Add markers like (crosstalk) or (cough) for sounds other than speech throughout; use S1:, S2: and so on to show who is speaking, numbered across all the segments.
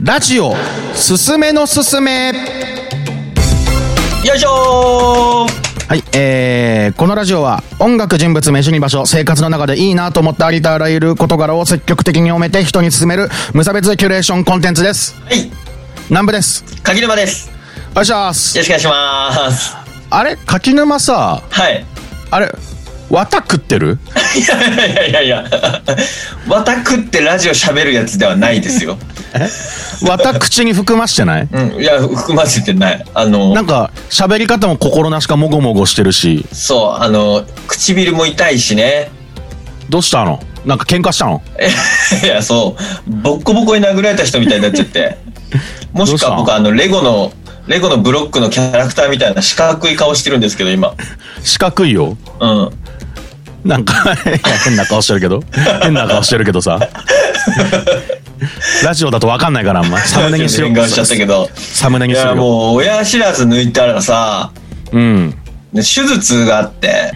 S1: ラジオすすめのすすめ
S2: よいしょー
S1: はい、えー、このラジオは音楽、人物、飯に場所、生活の中でいいなと思ったありとあらゆる事柄を積極的に埋めて人に勧める無差別キュレーションコンテンツです。
S2: はい、
S1: 南部です。
S2: 柿沼です。よ
S1: お願いします。
S2: ろしくお願いします。
S1: あれ柿沼さ、
S2: はい。
S1: あれ、綿食ってる
S2: いやいやいやいや、わたくってラジオ喋るやつではないですよ。
S1: 綿口に含ましてない
S2: うん、いや、含ませてない。あの
S1: な、んか、喋り方も心なしかもごもごしてるし、
S2: そう、あの、唇も痛いしね。 (laughs)
S1: どうしたのなんか喧嘩したの
S2: いや、そう、ボッコボコに殴られた人みたいになっちゃ
S1: (laughs)
S2: って。もし
S1: どうした
S2: か
S1: の
S2: 僕、あの、レゴの、レゴのブロックのキャラクターみたいな四角い顔してるんですけど、今。
S1: 四角いよ。
S2: うん。
S1: なんかいや変な顔してるけど変な顔してるけどさラジオだと分かんないからあんまサムネにしよ
S2: 全
S1: う
S2: 然我慢しちゃったけど。
S1: サムネ
S2: い
S1: にしよ
S2: や、
S1: うよ
S2: もう、親知らず抜いたらさ、
S1: うん
S2: ね手術があって、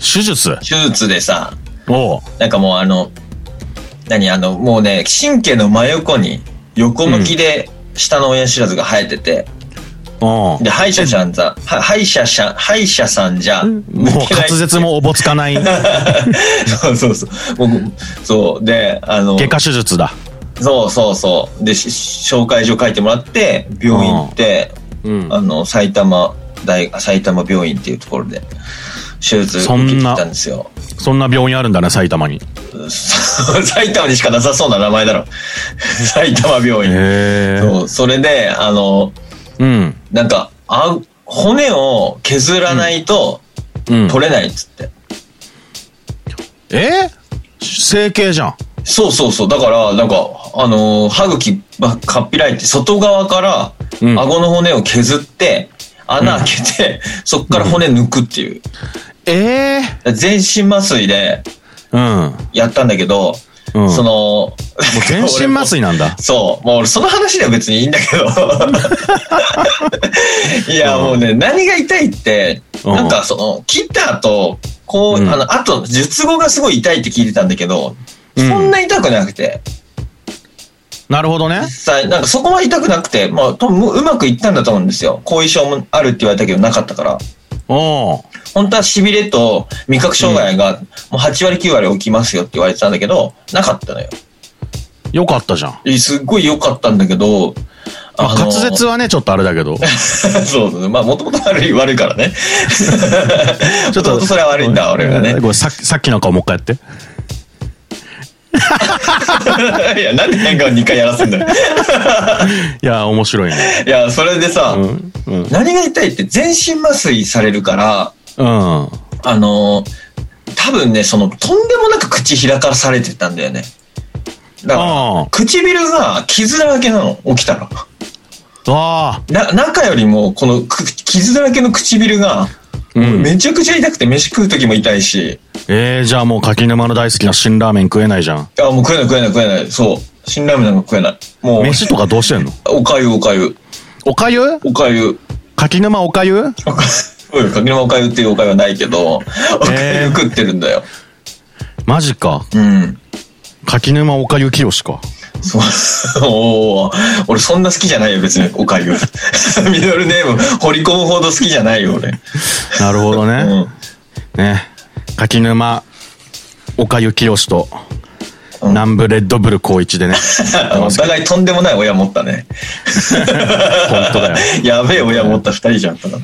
S1: 手術
S2: 手術でさ、
S1: おう
S2: なんかもうあの、何あの、もうね、神経の真横に横向きで下の親知らずが生えてて、
S1: おう
S2: で、歯医者さんさ、は歯医者さん、歯医者さんじゃ、も
S1: もう滑舌。もおぼつかない
S2: (laughs) そうそうそう。もうそう。で、あの、
S1: 外科手術だ
S2: そうそうそう。で、し紹介状書いてもらって、病院行って、
S1: うん
S2: あの、埼玉大、埼玉病院っていうところで、手術受けてきたんですよ。
S1: そんな病院あるんだね埼玉に
S2: (laughs) 埼玉にしかなさそうな名前だろ。 (laughs) 埼玉病院。
S1: へえ
S2: そう、それで、あの、
S1: うん
S2: なんか、あ骨を削らないと
S1: うん
S2: 取れないっつって。
S1: え整形じゃん
S2: そうそうそう。だから、なんか、あのー歯茎ばかっぴらいて、外側から、
S1: うん
S2: 顎の骨を削って、穴開けて、 (laughs) そっから骨抜くっていう。
S1: ええ
S2: 全身麻酔で
S1: うんうん
S2: やったんだけど、
S1: もう
S2: その、
S1: 全身麻酔なんだ
S2: そう。もう俺その話では別にいいんだ
S1: (laughs)
S2: けど。いや、
S1: うん
S2: もうね、何が痛いって、
S1: うん
S2: なんかその、切った後、こう、
S1: うん
S2: あの、あと、術後がすごい痛いって聞いてたんだけど、
S1: うん
S2: そんな痛くなくて、
S1: なるほどね
S2: 実際、なんかそこまで痛くなくて、まあ、多分うまくいったんだと思うんですよ。後遺症もあるって言われたけど、なかったから。
S1: おう
S2: 本当は痺れと味覚障害が、もう8割9割起きますよって言われてたんだけど、なかったのよ。
S1: よかったじゃん
S2: すっごい良かったんだけど、
S1: まあ
S2: の
S1: 滑舌はねちょっとあれだけ
S2: (laughs)
S1: ど
S2: そうそうまあ、もともと悪い、悪いからね。ちょっとそれは悪いんだ、俺がね
S1: (laughs) ご。めんさっきさっきの顔もう一回やって。
S2: (laughs) いや、なんで変顔2回やら
S1: (laughs)
S2: せんだよ。
S1: いや、面白い
S2: (laughs)
S1: ね。
S2: いや、それでさ、
S1: うん。うん。
S2: 何が痛いって全身麻酔されるから、
S1: うん。
S2: あのー多分ね、その、とんでもなく口開かされてたんだよね。だ
S1: あ
S2: か
S1: あ
S2: ら、唇が傷だらけなの、起きたら。
S1: ああ。
S2: な、中よりも、このく、傷だらけの唇が、
S1: うん。え
S2: めちゃくちゃ痛くて、飯食う時も痛いし、
S1: えー、じゃあもう柿沼の大好きな辛ラーメン食えないじゃん。
S2: あ、もう食えない食えない食えない。そう。辛ラーメンなんか食えない。もう、
S1: 飯とかどうしてんの
S2: おかゆおかゆ。
S1: おかゆ
S2: おかゆ。柿
S1: 沼おかゆ
S2: 柿沼おかゆっていうおかゆはないけど、おか
S1: え
S2: ゆ
S1: ー
S2: 食ってるんだよ。
S1: マジか。
S2: うん。
S1: 柿沼おかゆきよしか。
S2: そう。 (laughs) おー俺そんな好きじゃないよ、別に、おかゆ。 (laughs) ミドルネーム、掘り込むほど好きじゃないよ、俺。
S1: なるほど
S2: う
S1: ね。
S2: ん。
S1: ね。柿沼おかゆきよしと、
S2: うん
S1: 南部レッドブル高
S2: (laughs)
S1: 一でね。
S2: お互いとんでもない親持ったね。
S1: 本当だよ。
S2: やべえ親持った二人じゃん、ただ。
S1: だ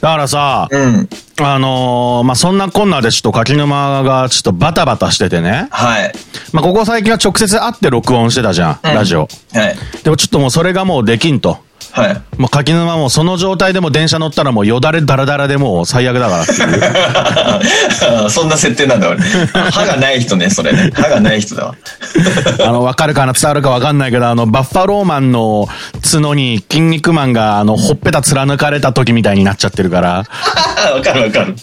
S1: からさ、
S2: うん。
S1: あのーまあ、そんなこんなでちょっと柿沼がちょっとバタバタしててね。
S2: はい。
S1: まあ、ここ最近は直接会って録音してたじゃん、
S2: うん
S1: ラジオ。
S2: はい。
S1: でもちょっともうそれがもうできんと。
S2: はい。 (laughs)
S1: もう柿沼もうその状態でもう電車乗ったらもうよだれだらだらでもう最悪だからって
S2: (laughs)
S1: いう。
S2: そんな設定なんだ、俺。歯がない人ね、それね。歯がない人だわ。
S1: あの、わかるかな伝わるかわかんないけど、あの、バッファローマンの角に筋肉マンがあの、ほっぺた貫かれた時みたいになっちゃってるから、
S2: (laughs) わかるわかる。こ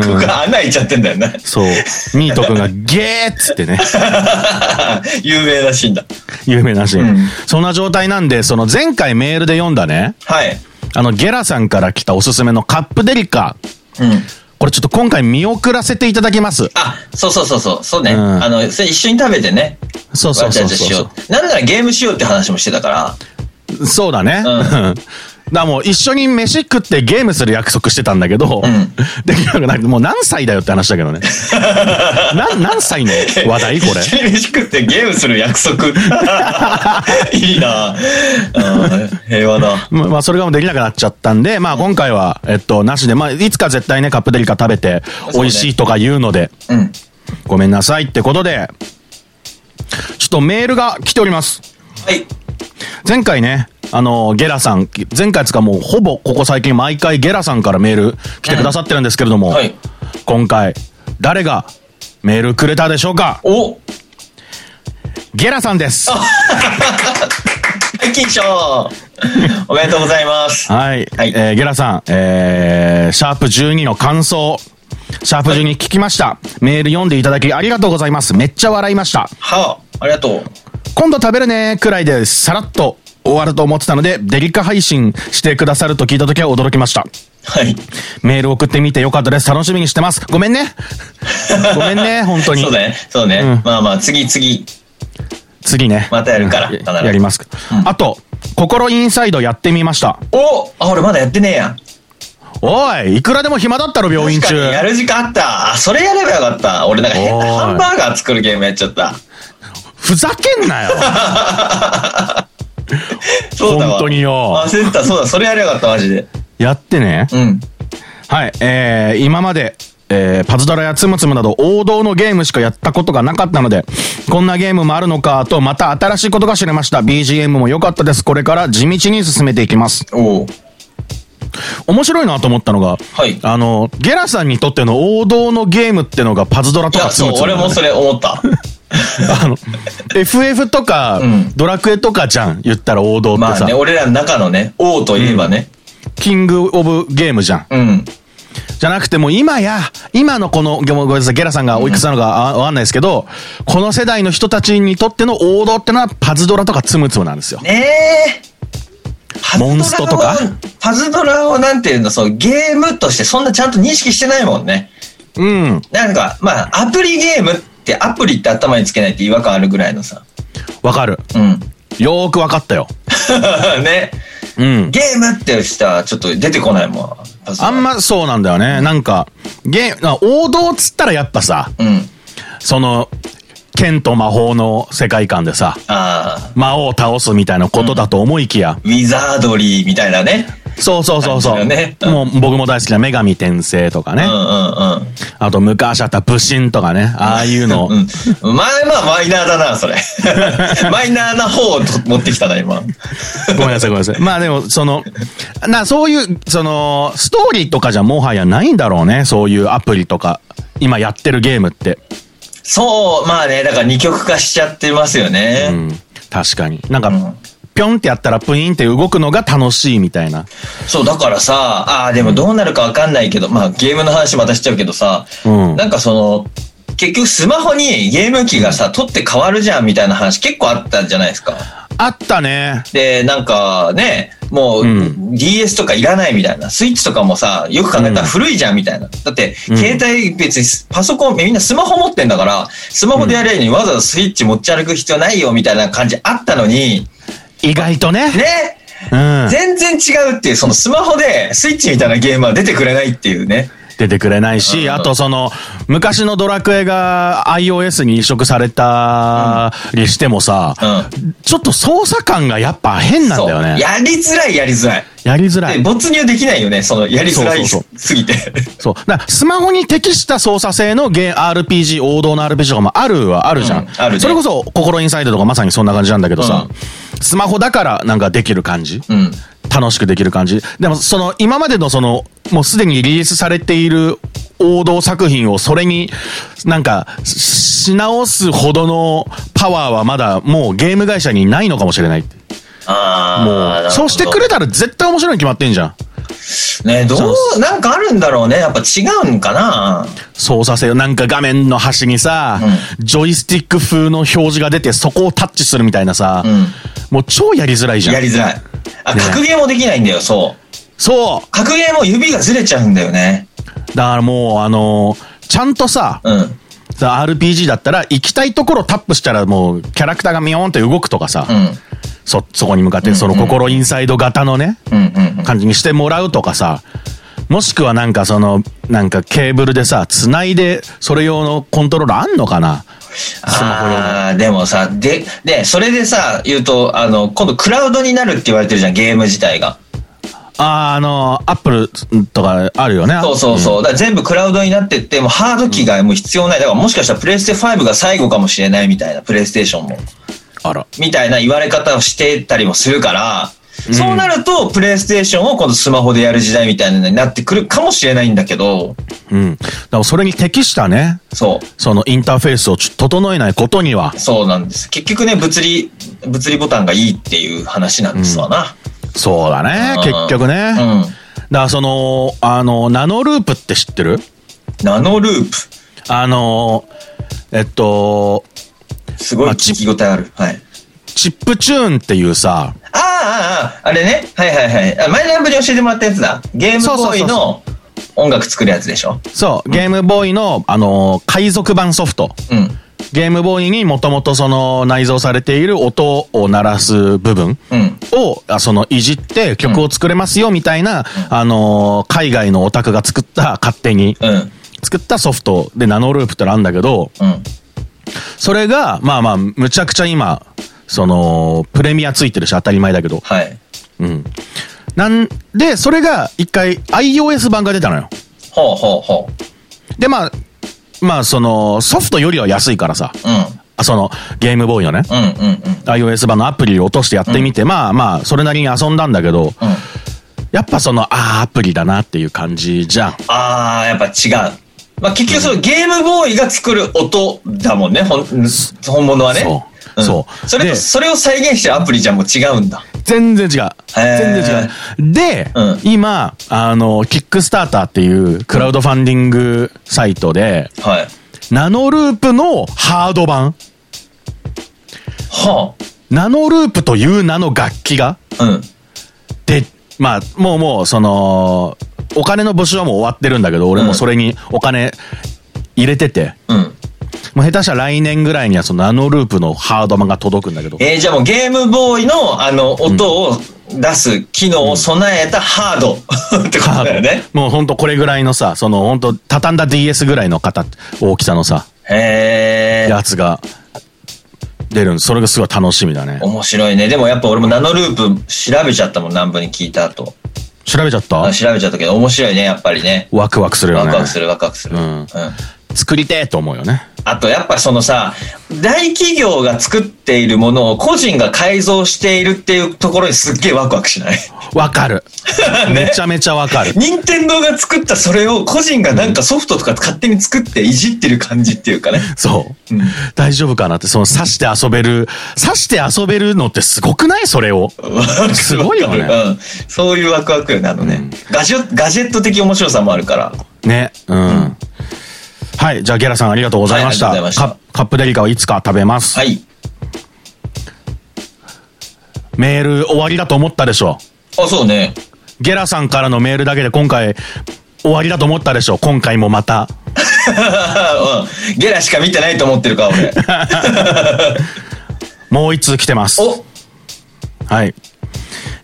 S2: こ穴開いちゃってんだよな。
S1: そう、ミート君がゲーっつってね、
S2: (laughs)
S1: (laughs)
S2: 有名なシーンだ。
S1: 有名なシーン。
S2: うん
S1: そんな状態なんで、その前回メールで読んだね、
S2: はい。
S1: あの、ゲラさんから来たおすすめのカップデリカ。
S2: うん。
S1: ここれちょっと今回見送らせていただきます。
S2: あ、そうそうそうそう、そうね。
S1: うん
S2: あの、それ一緒に食べてね。
S1: そうそうそう
S2: わちゃわちゃし
S1: そ
S2: よう。なんならゲームしようって話もしてたから。
S1: う。そう (laughs) だね。
S2: うん
S1: だからもう一緒に飯食ってゲームする約束してたんだけど、
S2: ん
S1: できなくなって、もう何歳だよって話だけど (laughs) ね。な何歳の話題これ。
S2: 一緒に飯食ってゲームする
S1: (laughs)
S2: 約束。いいなうん平和だ。
S1: ままあ、それがもうできなくなっちゃったんで、まあ、今回は、えっと、なしで、まあ、いつか絶対ね、カップデリカ食べて、
S2: そうね
S1: 美味しいとか言うので、
S2: うん。
S1: ごめんなさいってことで、ちょっとメールが来ております。
S2: はい。
S1: 前回ね、あの、ゲラさん、前回つかもうほぼここ最近毎回ゲラさんからメール来てくださってるんですけれども、
S2: うんはい
S1: 今回、誰がメールくれたでしょうか
S2: お
S1: ゲラさんです。
S2: はい、金賞おめでとうございます。
S1: はい。
S2: はい
S1: えーゲラさん、えー、シャープ12の感想。シャープ12聞きました。メール読んでいただきありがとうございます。めっちゃ笑いました。
S2: はあ、ありがとう。
S1: 今度食べるねくらいでさらっと終わると思ってたので、デリカ配信してくださると聞いた時は驚きました。
S2: はい。
S1: メール送ってみてよかったです。楽しみにしてます。ごめん
S2: (laughs)
S1: ね。ごめんね、本当に。
S2: そうだね。そうね。
S1: うん
S2: まあまあ、次、次。
S1: 次ね。
S2: またやるから
S1: うん
S2: 必ず
S1: やります。あと、心インサイドやってみました。
S2: おあ、俺まだやってねえや。
S1: おい、いくらでも暇だったろ、病
S2: 確
S1: 院
S2: か
S1: 中。
S2: にやる時間あった。あ、それやればよかった。俺なんか変な
S1: おーい
S2: ハンバーガー作るゲームやっちゃった。
S1: ふざけんなよ。 (laughs)
S2: そうだわ。
S1: 本当によ
S2: 焦った。そうだ、それやればよかった、マジで。
S1: やってね。
S2: うん。
S1: はい、えー、今まで、えー、パズドラやツムツムなど王道のゲームしかやったことがなかったので、こんなゲームもあるのかと、また新しいことが知れました。BGM も良かったです。これから地道に進めていきます。
S2: おお。
S1: 面白いなと思ったのが、
S2: はい
S1: あの、ゲラさんにとっての王道のゲームってのがパズドラ
S2: い
S1: と
S2: や、
S1: かツ
S2: そ
S1: ム
S2: う、
S1: ツム
S2: 俺
S1: なのね、
S2: もそれ思
S1: (laughs)
S2: った。
S1: あの、FF とか、
S2: ん
S1: ドラクエとかじゃん、言ったら王道って
S2: まあ
S1: さ、
S2: ね、俺らの中のね、王といえばね。
S1: キングオブゲームじゃん。
S2: うん。
S1: じゃなくてもう今や、今のこの、ごめんごめんなさい、ゲラさんがおいくつなのかあわかんないですけど、この世代の人たちにとっての王道ってのはパズドラとかツムツムなんですよ。
S2: ねえ。パズドラを
S1: モンストとか
S2: パズドラをなんていうの、そう、ゲームとしてそんなちゃんと認識してないもんね。
S1: うん。
S2: なんか、まあ、アプリゲームって、アプリって頭につけないって違和感あるぐらいのさ。
S1: わかる。
S2: うん。 (laughs)
S1: よーくわかったよ。
S2: ね。
S1: うん。
S2: ゲームって人はちょっと出てこないもん。パズド
S1: あ
S2: ラ
S1: ん。まそうなんだよね。なんか、ゲーな王道っつったらやっぱさ、
S2: うん。
S1: その、剣と魔法の世界観でさ、
S2: ああ。
S1: 魔王を倒すみたいなことだと思いきや、
S2: ウィザードリーみたいなね。
S1: そうそうそうそ
S2: 感
S1: う。
S2: じだよねうん
S1: もう僕も大好きな女神転生とかね。
S2: うんうんうん。
S1: あと昔あった武神とかね。ああいうの。
S2: うん。まあまあマイナーだな、それ。 (laughs) マイナーな方をと持ってきたな、今。
S1: ごめんなさい、ごめんなさい。まあでも、その、な、そういう、その、ストーリーとかじゃもはやないんだろうね。そういうアプリとか、今やってるゲームって。
S2: そう、まあね、だから二極化しちゃってますよね。
S1: うん。確かに。なん
S2: う
S1: か
S2: ん、
S1: ぴょんってやったらプインって動くのが楽しいみたいな。
S2: そう、だからさ、ああ、でもどうなるかわかんないけど、まあゲームの話またしちゃうけどさ、
S1: うん
S2: なんかその、結局スマホにゲーム機がさ、取って変わるじゃんみたいな話結構あったじゃないですか。
S1: あったね。
S2: で、なんかね、もう
S1: うん
S2: DS とかいらないみたいな、スイッチとかもさ、よく考えた
S1: う
S2: ら
S1: ん
S2: 古いじゃんみたいな。だって、
S1: ん
S2: 携帯別にパソコン、みんなスマホ持ってんだから、スマホでやれるのにわざわざスイッチ持ち歩く必要ないよみたいな感じあったのに、
S1: 意外とね。
S2: ね、
S1: うん。
S2: 全然違うっていう、そのスマホでスイッチみたいなゲームは出てくれないっていうね。
S1: 出てくれない
S2: うん
S1: し、あとその、昔のドラクエが iOS に移植されたりしてもさ、
S2: う
S1: ちょっと操作感がやっぱ変なんだよね。
S2: やりづらい、やりづらい。
S1: やりづら
S2: で、
S1: い。
S2: 没入できないよね、その、やりづらい
S1: そうそう
S2: すぎて。 (laughs)
S1: そう。だからスマホに適した操作性のゲー RPG、王道の RPG とかもあるはあるじゃん。
S2: うんあるね
S1: それこそ、心インサイドとかまさにそんな感じなんだけどさ、スマホだからなんかできる感じ。
S2: うん。
S1: 楽しくできる感じ。でも、その、今までのその、もうすでにリリースされている王道作品をそれに、なんか、しし直すほどのパワーはまだもうゲーム会社にないのかもしれない。
S2: ああ、
S1: もう、そうしてくれたら絶対面白いに決まってんじゃん。
S2: ね、どう、なんかあるんだろうね。やっぱ違うんかな。
S1: 操作性をなんか画面の端にさ、ジョイスティック風の表示が出てそこをタッチするみたいなさ、
S2: うん
S1: もう超やりづらいじゃ
S2: や
S1: ん。
S2: りづらい。あ、格ゲーもできないんだよ、そう。
S1: そう
S2: 格ゲーも指がずれちゃうんだよね。
S1: だからもう、あのーちゃんとさ、
S2: うん。
S1: さ RPG だったら、行きたいところタップしたらもう、キャラクターがミョーンって動くとかさ、
S2: うん。
S1: そ、そこに向かって、その心インサイド型のね、
S2: うんうん
S1: 感じにしてもらうとかさ、もしくはなんかその、なんかケーブルでさ、繋いで、それ用のコントローラーあんのかなスマホ用の。
S2: ああー、でもさ、で、で、それでさ、言うと、あの、今度クラウドになるって言われてるじゃん、ゲーム自体が。
S1: あー、あの、アップルとかあるよね。
S2: そうそうそう。だから全部クラウドになってって、もうハード機がもう必要ない。だからもしかしたらプレイステ5が最後かもしれないみたいな、プレイステーションも。
S1: あら。
S2: みたいな言われ方をしてたりもするから、そうなると、プレイステーションを今度スマホでやる時代みたいなのになってくるかもしれないんだけど、
S1: うん。だからそれに適したね、
S2: そ
S1: そのインターフェースをちょ整えないことには
S2: う、、そうなんです。結局ね、物理、物理ボタンがいいっていう話なんですわな。
S1: そうだね、結
S2: うん
S1: 局ね。
S2: うん
S1: だからその、あの、ナノループって知ってる
S2: ナノループ。
S1: あの、えっと、
S2: すごい
S1: あ
S2: 聞き応えある。はい。
S1: チップチューンっていうさ、
S2: あーあー、あーあれね。はいはいはい。あ前のアンブに教えてもらったやつだ。ゲームボーイの音楽作るやつでしょ。
S1: そう、ゲームボーイの、あの、海賊版ソフト。
S2: うん。
S1: ゲームボーイにもともとその内蔵されている音を鳴らす部分
S2: うん。
S1: を、あそのいじって曲を作れますよみたいな、あの、海外のオタクが作った、勝手に
S2: うん。
S1: 作ったソフトでナノループってのあるんだけど、
S2: うん。
S1: それが、まあまあ、むちゃくちゃ今、その、プレミアついてるし当たり前だけど。
S2: はい。
S1: うん。なんで、それが一回 iOS 版が出たのよ。
S2: ほうほうほ
S1: で、まあ、まあその、ソフトよりは安いからさ、
S2: う。う
S1: あその、ゲームボーイのね、
S2: ん。うんうんうん。
S1: iOS 版のアプリを落としてやってみて、まあまあ、それなりに遊んだんだけど、
S2: うん。
S1: やっぱその、ああ、アプリだなっていう感じじゃん。
S2: あー、やっぱ違う。まあ、結局そのゲームボーイが作る音だもんね、ほん本物はね。
S1: そうそう
S2: それ
S1: で
S2: と、それを再現してるアプリじゃもう違うんだ。
S1: 全然違う。全然違う。で、
S2: うん
S1: 今、あの、キックスターターっていうクラウドファンディングサイトで、
S2: はい。
S1: ナノループのハード版。
S2: は
S1: ナノループという名の楽器が、
S2: あ。うん。
S1: で、まあ、もうもう、その、お金の募集はもう終わってるんだけど、俺もそれにお金入れてて、
S2: うん。
S1: もう下手したら来年ぐらいにはそのナノループのハード版が届くんだけど、
S2: えー、じゃあもうゲームボーイの、あの、音を出す機能を備えたハード (laughs) ってことだよね。
S1: もうほんとこれぐらいのさ、そのほんと畳んだ DS ぐらいの形、大きさのさ、
S2: へー。
S1: やつが出るんそれがすごい楽しみだね。
S2: 面白いね。でもやっぱ俺もナノループ調べちゃったもん、南部に聞いた後。
S1: 調べちゃった
S2: あ調べちゃったけど、面白いね、やっぱりね。
S1: ワクワクするよ
S2: ワ
S1: ね。
S2: クワクする、ワクワクする。
S1: うん
S2: うん
S1: 作りてえと思うよね。
S2: あとやっぱそのさ、大企業が作っているものを個人が改造しているっていうところにすっげえワクワク
S1: (laughs)
S2: しない
S1: わか
S2: (laughs)
S1: る。めちゃめちゃわかる。
S2: 任天堂が作ったそれを個人がなんかソフトとか勝手に作っていじってる感じっていう
S1: (laughs)
S2: かね。
S1: そう、大丈夫かなって、その刺して遊べる、刺して遊べるのってすごくないそれを。すごいよね
S2: うん。そういうワクワクよね、あのね。ガジェガジェット的面白さもあるから。
S1: ね。うん。はい。じゃあ、ゲラさんありがとうございました。
S2: はいありがとうございま
S1: カカップデリカはいつか食べます。
S2: はい。
S1: メール終わりだと思ったでしょ。
S2: あ、そうね。 (laughs)
S1: ゲラさんからのメールだけで今回終わりだと思ったでしょ。今回もまた。
S2: うんゲラしか見てないと思ってる
S1: (laughs)
S2: か、俺。
S1: もう一通来てます。
S2: お
S1: はい。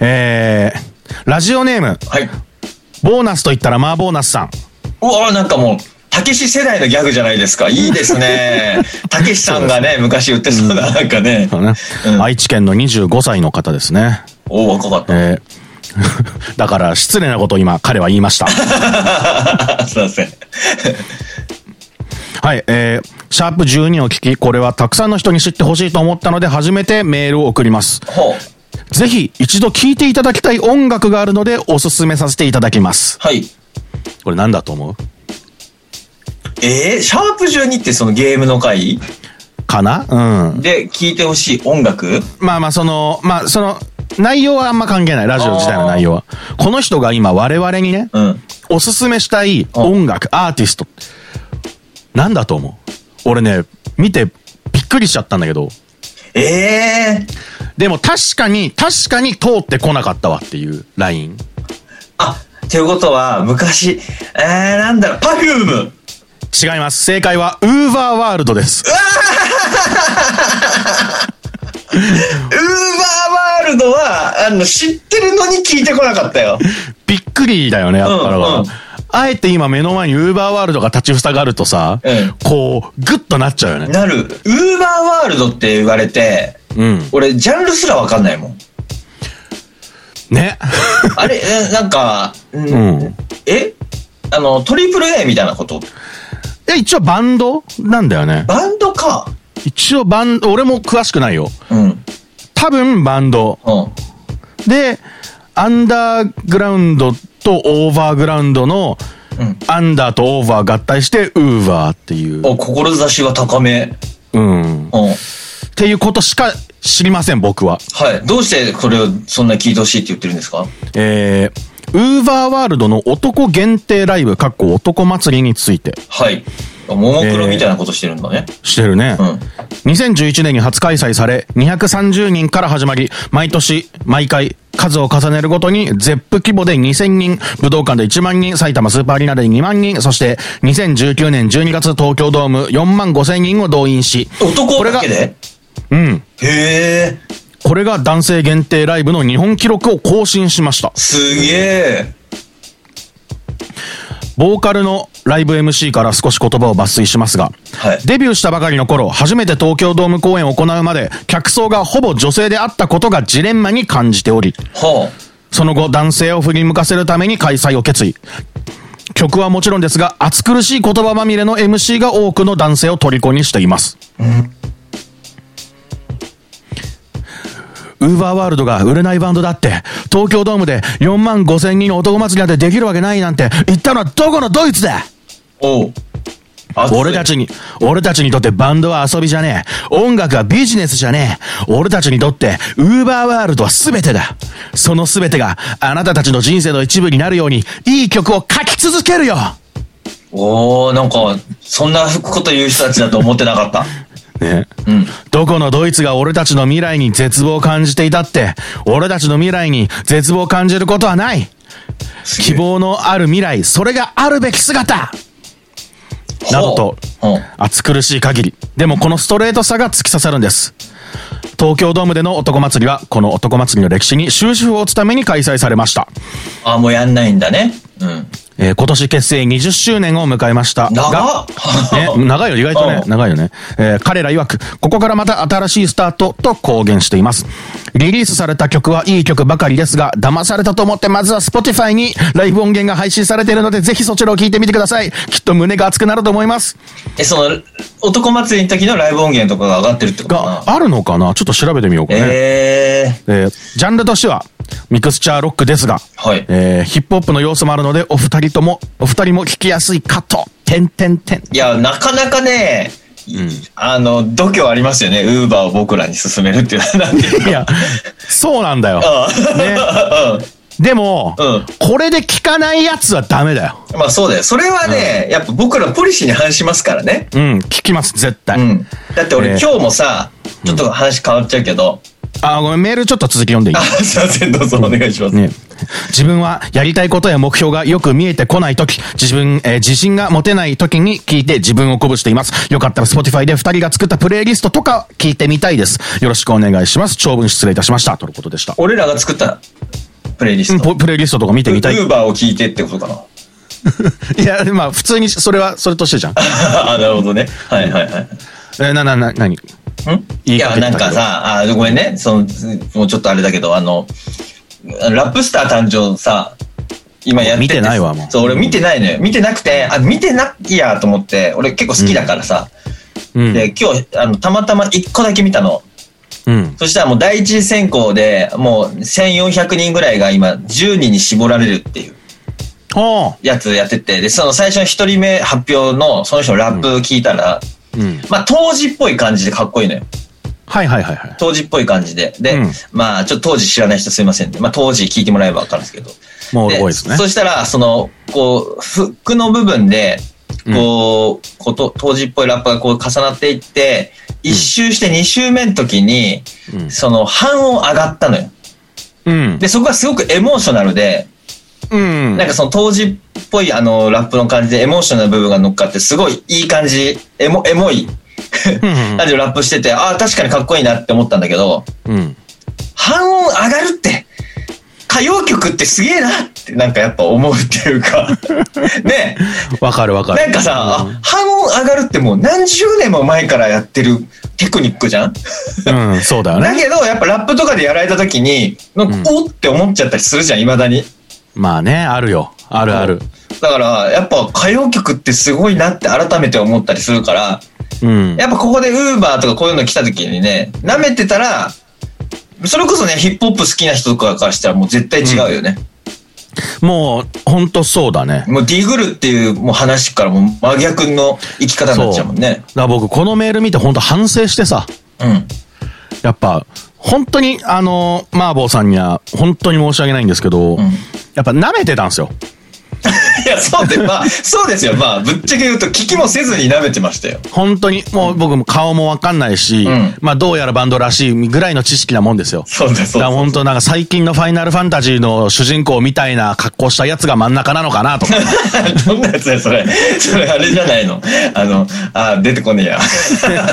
S1: えー、ラジオネーム、
S2: はい。
S1: ボーナスと言ったらマーボーナスさん。
S2: うわなんかもう、たけし世代のギャグじゃないですか。いいです
S1: (laughs)
S2: ね。たけしさんがね、昔売ってそうな、なんかね。
S1: そうね
S2: うん
S1: 愛知県の25歳の方ですね。
S2: お若かった。
S1: えー (laughs) だから失礼なことを今彼は言いま (laughs) した。
S2: (laughs) すいません。
S1: はい、えー、シャープ12を聞き、これはたくさんの人に知ってほしいと思ったので初めてメールを送ります。
S2: ほう。
S1: ぜひ一度聴いていただきたい音楽があるのでおすすめさせていただきます。
S2: はい。
S1: これなんだと思う
S2: えー、シャープ12ってそのゲームの回
S1: かなうん。
S2: で聴いてほしい音楽
S1: まあまあその、まあその、内容はあんま関係ない。ラジオ自体の内容は。この人が今我々にね、
S2: うん。
S1: おすすめしたい音楽、アーティスト。なんだと思う俺ね、見てびっくりしちゃったんだけど。
S2: えー、
S1: でも確かに、確かに通ってこなかったわっていうライン。
S2: あ、ということは、昔、えー、なんだろう、パフューム
S1: 違います。正解は、ウーバーワールドです。
S2: ウーバーワールドは、あの、知ってるのに聞いてこなかったよ。
S1: びっくりだよね、やっぱり、
S2: うんうん
S1: あえて今目の前にウーバーワールドが立ちふさがるとさ、
S2: うん
S1: こう、グッとなっちゃうよね。
S2: なる、ウーバーワールドって言われて、
S1: うん。
S2: 俺、ジャンルすらわかんないもん。
S1: ね。 (laughs)
S2: あれ、えなんか、うん
S1: うん。
S2: えあの、トリプル A みたいなこと
S1: え、一応バンドなんだよね。
S2: バンドか。
S1: 一応バンド、俺も詳しくないよ。
S2: うん。うん。
S1: 多分バンド。で、アンダーグラウンドとオーバーグラウンドの、
S2: うん
S1: アンダーとオーバー合体して、ウーバーっていう。
S2: お、志が高め。
S1: うん。っ
S2: うん。
S1: ていうことしか知りません、僕は。
S2: はい。どうしてこれをそんな聞いてほしいって言ってるんですか
S1: えー、ウーバーワールドの男限定ライブ、かっこ男祭りについて
S2: はい。ももクロみたいなことしてるんだね。
S1: してるね。
S2: うん
S1: 2011年に初開催され、230人から始まり、毎年、毎回、数を重ねるごとに、ゼップ規模で2000人、武道館で1万人、埼玉スーパーアリーナで2万人、そして、2019年12月東京ドーム4万5千人を動員し、
S2: 男だけ
S1: こ
S2: で
S1: れが、うん。
S2: へえ。
S1: これが男性限定ライブの日本記録を更新しました。
S2: すげえ。
S1: ボーカルのライブ MC から少し言葉を抜粋しますが、
S2: はい
S1: デビューしたばかりの頃、初めて東京ドーム公演を行うまで、客層がほぼ女性であったことがジレンマに感じており、
S2: は
S1: その後男性を振り向かせるために開催を決意。曲はもちろんですが、暑苦しい言葉まみれの MC が多くの男性を虜にしています。ウーバーワールドが売れないバンドだって、東京ドームで4万5千人の男祭りなんてできるわけないなんて言ったのはどこのドイツだ
S2: あ。おう。熱い
S1: 俺た。ちに、俺たちにとってバンドは遊びじゃねえ。音楽はビジネスじゃねえ。俺たちにとって、ウーバーワールドは全てだ。その全てがあなたたちの人生の一部になるように、いい曲を書き続けるよ
S2: おおなんか、そんなこと言う人たちだと思ってなかった。
S1: ね。
S2: うん。
S1: どこのドイツが俺たちの未来に絶望を感じていたって、俺たちの未来に絶望を感じることはない
S2: すげ
S1: 希
S2: え
S1: 望のある未来、それがあるべき姿などと
S2: ほううん、
S1: 暑苦しい限り。でもこのストレートさが突き刺さるんです。東京ドームでの男祭りは、この男祭りの歴史に終止符を打つために開催されました。
S2: あ、もうやんないんだね。うん。
S1: えー今年結成20周年を迎えました。
S2: 長っ
S1: が
S2: (laughs)
S1: ね、長いよ、意外とね
S2: う、ん
S1: 長いよね。えー彼ら曰く、ここからまた新しいスタートと公言しています。リリースされた曲はいい曲ばかりですが、騙されたと思ってまずは Spotify にライブ音源が配信されているので、ぜひそちらを聴いてみてください。きっと胸が熱くなると思います。
S2: え、その、男祭りの時のライブ音源とかが上がってるってことかな
S1: が、あるのかなちょっと調べてみようかね。
S2: ええ
S1: えージャンルとしては、ミクスチャーロックですが、
S2: はい
S1: えーヒップホップの要素もあるので、お二人とも、お二人も聞きやすいかと、てんてん
S2: (laughs)
S1: てん。
S2: いや、なかなかね、あの、度胸ありますよね。ウーバーを僕らに勧めるっていうのはなんていうか。
S1: いや、そうなんだよ。ね、でも、
S2: うん
S1: これで聞かないやつはダメだよ。
S2: まあそうだよ。それはね、やっぱ僕らポリシーに反しますからね。
S1: うん、聞きます、絶対。
S2: うん。だって俺、
S1: えー
S2: 今日もさ、ちょっと話変わっちゃうけど、 (laughs)
S1: あ、ごめん、メールちょっと続き読んでいい
S2: あ、すいません、どうぞお願いします。
S1: ね、自分はやりたいことや目標がよく見えてこないとき、自分、えー自信が持てないときに聞いて自分を鼓舞しています。よかったら Spotify で二人が作ったプレイリストとか聞いてみたいです。よろしくお願いします。長文失礼いたしました。とのことで
S2: (laughs)
S1: した。
S2: 俺らが作ったプレイリ
S1: う
S2: ス
S1: ん
S2: ト。
S1: ポプレイリストとか見て
S2: ウ
S1: み
S2: (laughs)
S1: たい。
S2: ーバーを聞いてってことかな。 (laughs)
S1: いや、まあ普通に、それは、それとしてじゃん。
S2: あ、なるほどね。はいはいはい。
S1: えーな、な、な、なに
S2: い
S1: 言いか
S2: や、
S1: けてたけ
S2: なん
S1: ど
S2: かさ、あごめんね、その、もうちょっとあれだけど、あの、ラップスター誕生さ、今やって
S1: 見てないわもう
S2: そう、俺見てないのよ。見てなくて、あ、見てないやと思って、俺結構好きだからさ。
S1: うん。
S2: で、今日、あの、たまたま1個だけ見たの。
S1: うん。
S2: そしたらもう第一次選考で、もう1400人ぐらいが今、10人に絞られるっていう。
S1: ああ。
S2: やつやってて、で、その最初の一人目発表の、その人のラップ聞いたら、
S1: うん。
S2: まあ、当時っぽい感じでかっこいいのよ。
S1: はいはいはいはい。
S2: 当時っぽい感じで。で、
S1: うん
S2: まあ、ちょっと当時知らない人すいませんね。まあ、当時聞いてもらえばわかるんですけど。
S1: もう多いですね。
S2: そしたら、その、こう、フックの部分で、こう、こうと当時っぽいラップがこう重なっていって、一周して二周目の時に、
S1: うん
S2: その半音上がったのよ。
S1: うん。
S2: で、そこがすごくエモーショナルで、
S1: うん。
S2: なんかその当時っぽいあのラップの感じでエモーショナルな部分が乗っかってすごいいい感じ、エモ、エモい
S1: うん
S2: 感じのラップしてて、ああ、確かにかっこいいなって思ったんだけど、
S1: うん。
S2: 半音上がるって、歌謡曲ってすげえなってなんかやっぱ思うってい
S1: (laughs)
S2: うか、ね
S1: わかるわかる。
S2: なんかさ、あ半音上がるってもう何十年も前からやってるテクニックじゃん
S1: うん、うん、そうだよ
S2: だ
S1: ね。
S2: けど、やっぱラップとかでやられた時に、なんかおって思っちゃったりするじゃん、未だに。
S1: まあね、あるよ。あるある。
S2: だから、やっぱ歌謡曲ってすごいなって改めて思ったりするから、
S1: うん。
S2: やっぱここでウーバーとかこういうの来た時にね、舐めてたら、それこそね、ヒップホップ好きな人とかからしたらもう絶対違うよね。
S1: もう、ほんとそうだね。
S2: もうディグルっていうもう話からもう真逆の生き方になっちゃうもんね。
S1: だから僕、このメール見てほんと反省してさ、
S2: (laughs) うん。
S1: やっぱ、本当に、あの、マーボーさんには、本当に申し訳ないんですけど、
S2: ん
S1: やっぱ舐めてたんですよ。
S2: いや、そうで、まあ、 (laughs) そうですよ。まあ、ぶっちゃけ言うと聞きもせずに舐めてましたよ。
S1: 本当に、もう僕も顔もわかんないし、
S2: うん
S1: まあどうやらバンドらしいぐらいの知識なもんですよ。
S2: そうだ、そう
S1: だから
S2: だ。
S1: 本当なんか最近のファイナルファンタジーの主人公みたいな格好したやつが真ん中なのかな
S2: (laughs)
S1: とか。
S2: (laughs) どんなやつだよ、それ。それ、あれじゃないの。あの、あ、出てこねえや。 (laughs)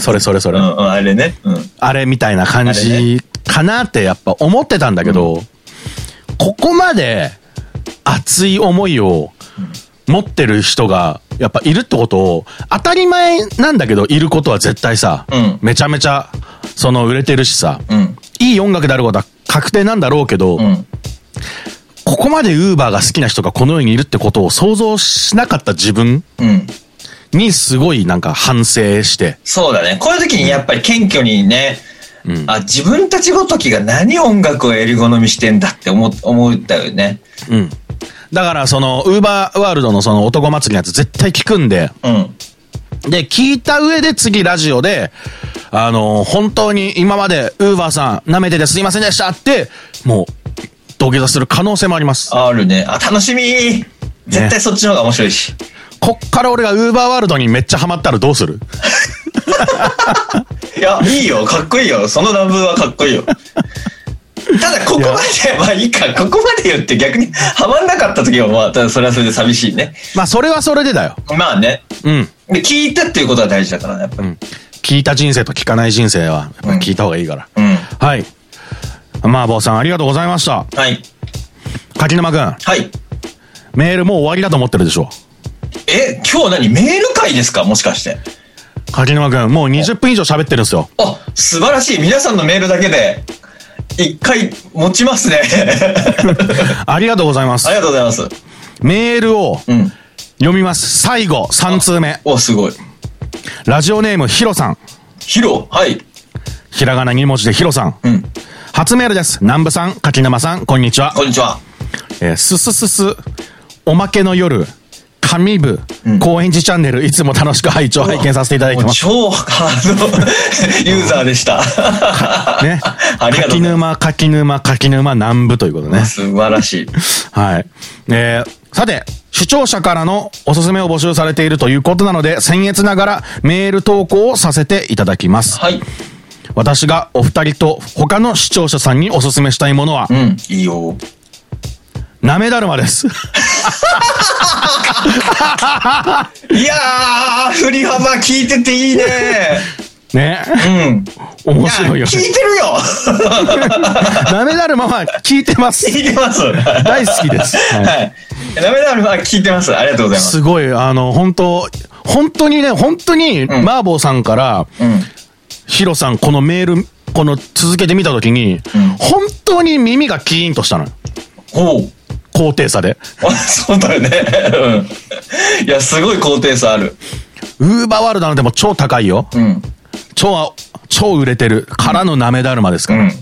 S1: それそれそうれ。
S2: ん、うんあれね。うん。
S1: あれみたいな感じかなってやっぱ思ってたんだけど、ここまで熱い思いを持ってる人がやっぱいるってことを、当たり前なんだけどいることは絶対さ、
S2: うん
S1: めちゃめちゃその売れてるしさ、
S2: うん。
S1: いい音楽であることは確定なんだろうけど、
S2: うん。
S1: ここまでウーバーが好きな人がこの世にいるってことを想像しなかった自分
S2: うん。
S1: にすごいなんか反省して、
S2: そうだね。こういう時にやっぱり謙虚にね、
S1: うん
S2: あ、自分たちごときが何音楽を襟好みしてんだって思、思ったよね。
S1: うん。だからその、ウーバーワールドのその男祭りのやつ絶対聞くんで、
S2: うん。
S1: で、聞いた上で次ラジオで、あの、本当に今までウーバーさん舐めててすいませんでしたって、もう、土下座する可能性もあります。
S2: あるね。あ、楽しみ絶対そっちの方が面白いし。
S1: こっから俺がウーバーワールドにめっちゃハマったらどうする
S2: いや、いいよ。かっこいいよ。そのラブはかっこい
S1: (laughs)
S2: いよ。ただ、ここまで、まあいいか。ここまで言って逆にハマんなかった時は、まあ、ただそれはそれで寂しいね。
S1: まあ、それはそれでだよ。
S2: まあね。
S1: うん。
S2: で、聞いたっていうことは大事だからね、やっぱり。
S1: うん聞いた人生と聞かない人生は、やっぱり聞いた方がいいから。
S2: うん。
S1: はい。マーボーさんありがとうございました。
S2: はい。
S1: 柿沼くん、
S2: はい。
S1: メールもう終わりだと思ってるでしょ
S2: え、今日何メール会ですかもしかして。
S1: 柿沼くん、もう20分以上喋ってるんですよ。
S2: あ、素晴らしい。皆さんのメールだけで、一回持ちま
S1: (laughs)
S2: すね。
S1: ありがとうございま
S2: あ
S1: す
S2: り。がとうございます。
S1: メールを
S2: うん。
S1: 読みます。最後、3通目。
S2: お、すごい。
S1: ラジオネーム、ヒロさん。
S2: ヒロ、はい。
S1: ひらがな2文字でヒロさん。
S2: うん。
S1: 初メールです。南部さん、柿沼さん、こんにちは。
S2: こんにちは。
S1: えーすすすす、おまけの夜、神部、高円寺チャンネル、いつも楽しく拝聴拝見させていただいてます。
S2: もう超ハードユーザーで
S1: (laughs)
S2: した。。
S1: ね
S2: (laughs) ありがとう
S1: 柿
S2: ございま
S1: 沼、柿沼、柿沼、南部ということね。
S2: す。素晴らしい。
S1: はい。えー、さて、視聴者からのおすすめを募集されているということなので、僭越ながらメール投稿をさせていただきます。
S2: はい。
S1: 私がお二人と他の視聴者さんにおすすめしたいものは
S2: う、ん。いいよ。
S1: なめだるま
S2: (laughs)
S1: です。
S2: いやー、振り幅聞いてていいね。
S1: ね。
S2: うん。
S1: (laughs) 面白いよ
S2: や聞
S1: ね。
S2: いてる
S1: (laughs)
S2: よ
S1: なめだるまは聞いてます。
S2: 聞いてます。
S1: 大好きです。はい
S2: はい。ダメだ、あ聞いてます。ありがとうございます。
S1: すごい、あの、本当本当にね、本当に、
S2: ん
S1: マーボーさんから、
S2: うん。
S1: ヒロさん、このメール、この続けてみたときに、本当に耳がキーンとしたのよ。
S2: ほう。
S1: 高低差で。
S2: あそうだよね。うん。いや、すごい高低差ある。
S1: ウーバーワールドなんてもう超高いよ。
S2: うん。
S1: 超、超売れてる。からのなめだるまですから。
S2: うん